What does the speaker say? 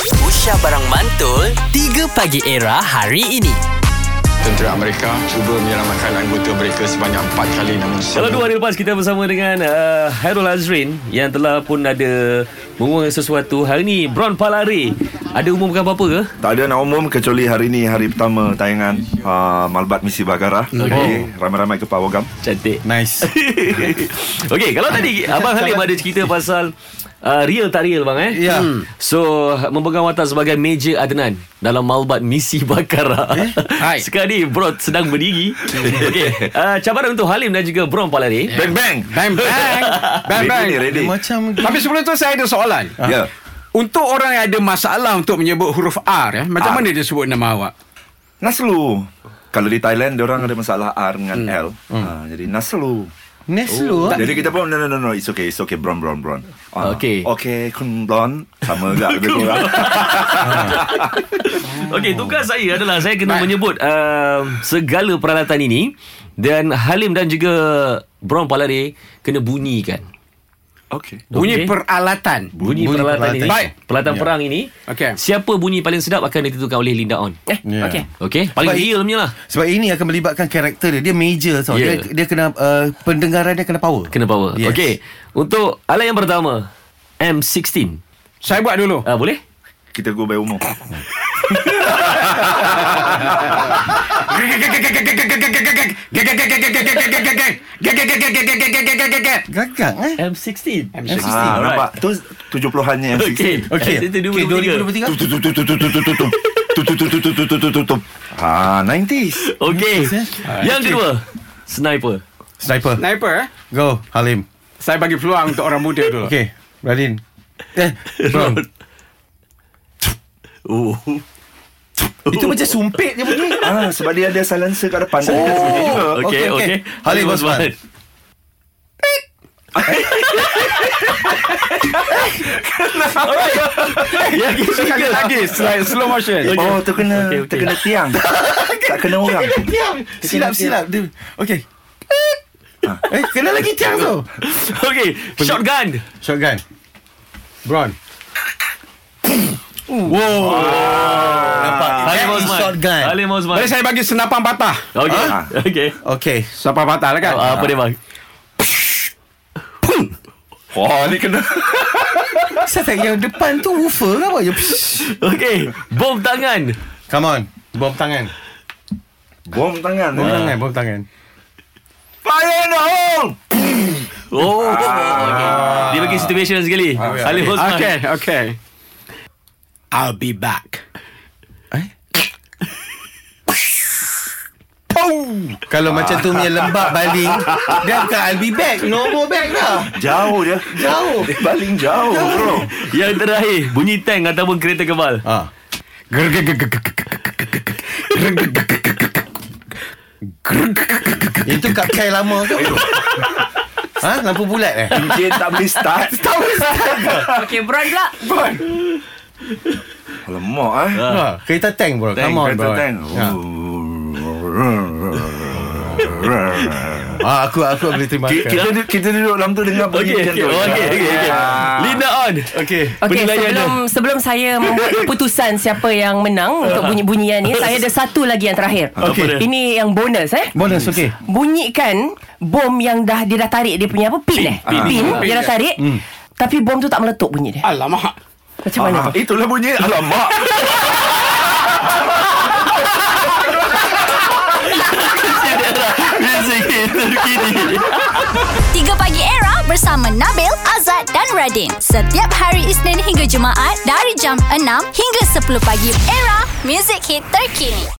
Aisyah Barang Mantul 3 Pagi Era hari ini Tentera Amerika cuba menyelamatkan anggota mereka sebanyak empat kali namun Dalam dua hari lepas kita bersama dengan uh, Hairul Azrin yang telah pun ada mengumumkan sesuatu. Hari ni Bron Palare ada umumkan apa-apa ke? Tak ada nak umum kecuali hari ni hari pertama tayangan uh, Malbat Misi Bagara. Okay. Ramai-ramai ke Pawagam. Cantik. Nice Okey, kalau tadi Abang Halim ada cerita pasal uh, real tak real bang eh? Ya. Hmm. So, memegang watak sebagai Major Adnan dalam Malbat Misi Bakara. Eh? Hai. Sekarang ni Bron sedang berdiri. Okey, uh, cabaran untuk Halim dan juga Bron Palare. Bang bang. Bang bang Bang Ready bang ni, ready. Macam Tapi sebelum tu saya ada soalan Ya. Yeah. Untuk orang yang ada masalah Untuk menyebut huruf R eh, R. Macam mana dia sebut nama awak Naslu. Kalau di Thailand dia orang ada masalah R dengan L. Uh, jadi Naslu. Neslo Jadi kita pun no no no no it's okay it's okay bron bron bron. Ah, Okay. Okay kun bron sama juga lebih kurang. Okey, tugas saya adalah saya kena menyebut uh, segala peralatan ini dan Halim dan juga Brown Palare kena bunyikan. okay. Bunyi peralatan Bunyi, bunyi peralatan, peralatan ini. Baik. Peralatan yeah. perang ini. Okey. Siapa bunyi paling sedap akan ditentukan oleh Linda On. Eh, Ya. okey. Okey, paling Baik. real punya lah. Sebab ini akan melibatkan karakter dia Dia major tau Ya. yeah. Dia dia kena uh, Pendengaran dia kena power Kena power. Yes. Yes. Okey. Untuk alat yang pertama, M16. Saya buat dulu Uh, boleh? Kita go by umur. Gagak eh M16. M16. ah, nampak. Tu 70-an yang Okey. Okey Itu Okey, 2023. 2023 Ah, 90s. Okey. Yang kedua, sniper. Sniper Sniper eh? Go Halim Saya bagi peluang untuk orang muda dulu Okay Radin Eh Bron Oh. Itu macam sumpit je bunyi Ah, sebab dia ada silencer kat depan. Oh. juga. Okey, Okey, okey. okey. Halim Osman. Alright. Yang Sekali ketiga. lagi slide, Slow motion Oh, Okey, terkena okay, okey. okay. terkena tiang. tak kena orang. Silap-silap dia Okay Eh kena lagi tiang tu Okey, shotgun. Shotgun Bron Halim Osman. shotgun. Halim Osman. Boleh saya bagi senapan patah Okey. Ah. Okey. Okay Senapan patah lah kan Ah, Apa dia bang? Wah, ni kena. Saya tak yang depan tu woofer ke apa je Okey, bom tangan. Come on Bom tangan Bom tangan. Bom tangan Bom tangan Fire in the hole. Oh, Ah. okey. Dia bagi situation sekali. Halim Osman. Okay Okay I'll be back Eh? Kalau macam tu punya lembab baling Dia bukan I'll be back No more back lah." dah Jauh dia. Jauh Dia paling jauh, bro. Yang terakhir, bunyi tank ataupun kereta kebal. Ah, Itu kapcai lama tu Ha? Lampu bulat eh? Encik tak boleh start. tak boleh start. Okey, Bron pula. Bron. Alamak, eh. Ah. Ha, kereta tank bro Tank, Come on kereta bro tank. Oh. Ha. Ah, Aku aku boleh terima Ki- Kita, kasih du- kita duduk dalam tu dengar bunyi Okey, macam okey, tu. Ah, okey, okey, okey. Ah. Linda on. Okay Okey, Penilaian sebelum sebelum saya membuat keputusan siapa yang menang untuk bunyi-bunyian ni, saya ada satu lagi yang terakhir. Okey. Okey. Ini yang bonus eh. Bonus okay Bunyikan bom yang dah dia dah tarik dia punya apa? Pin eh. Pin, Hmm. dia dah tarik. Tapi bom tu tak meletup bunyi dia. Alamak Macam mana Ah, tu? itulah bunyi. Alamak. Music hit terkini. 3 Pagi Era bersama Nabil, Azad dan Radin. Setiap hari Isnin hingga Jumaat dari jam 6 hingga 10 pagi. Era, music hit terkini.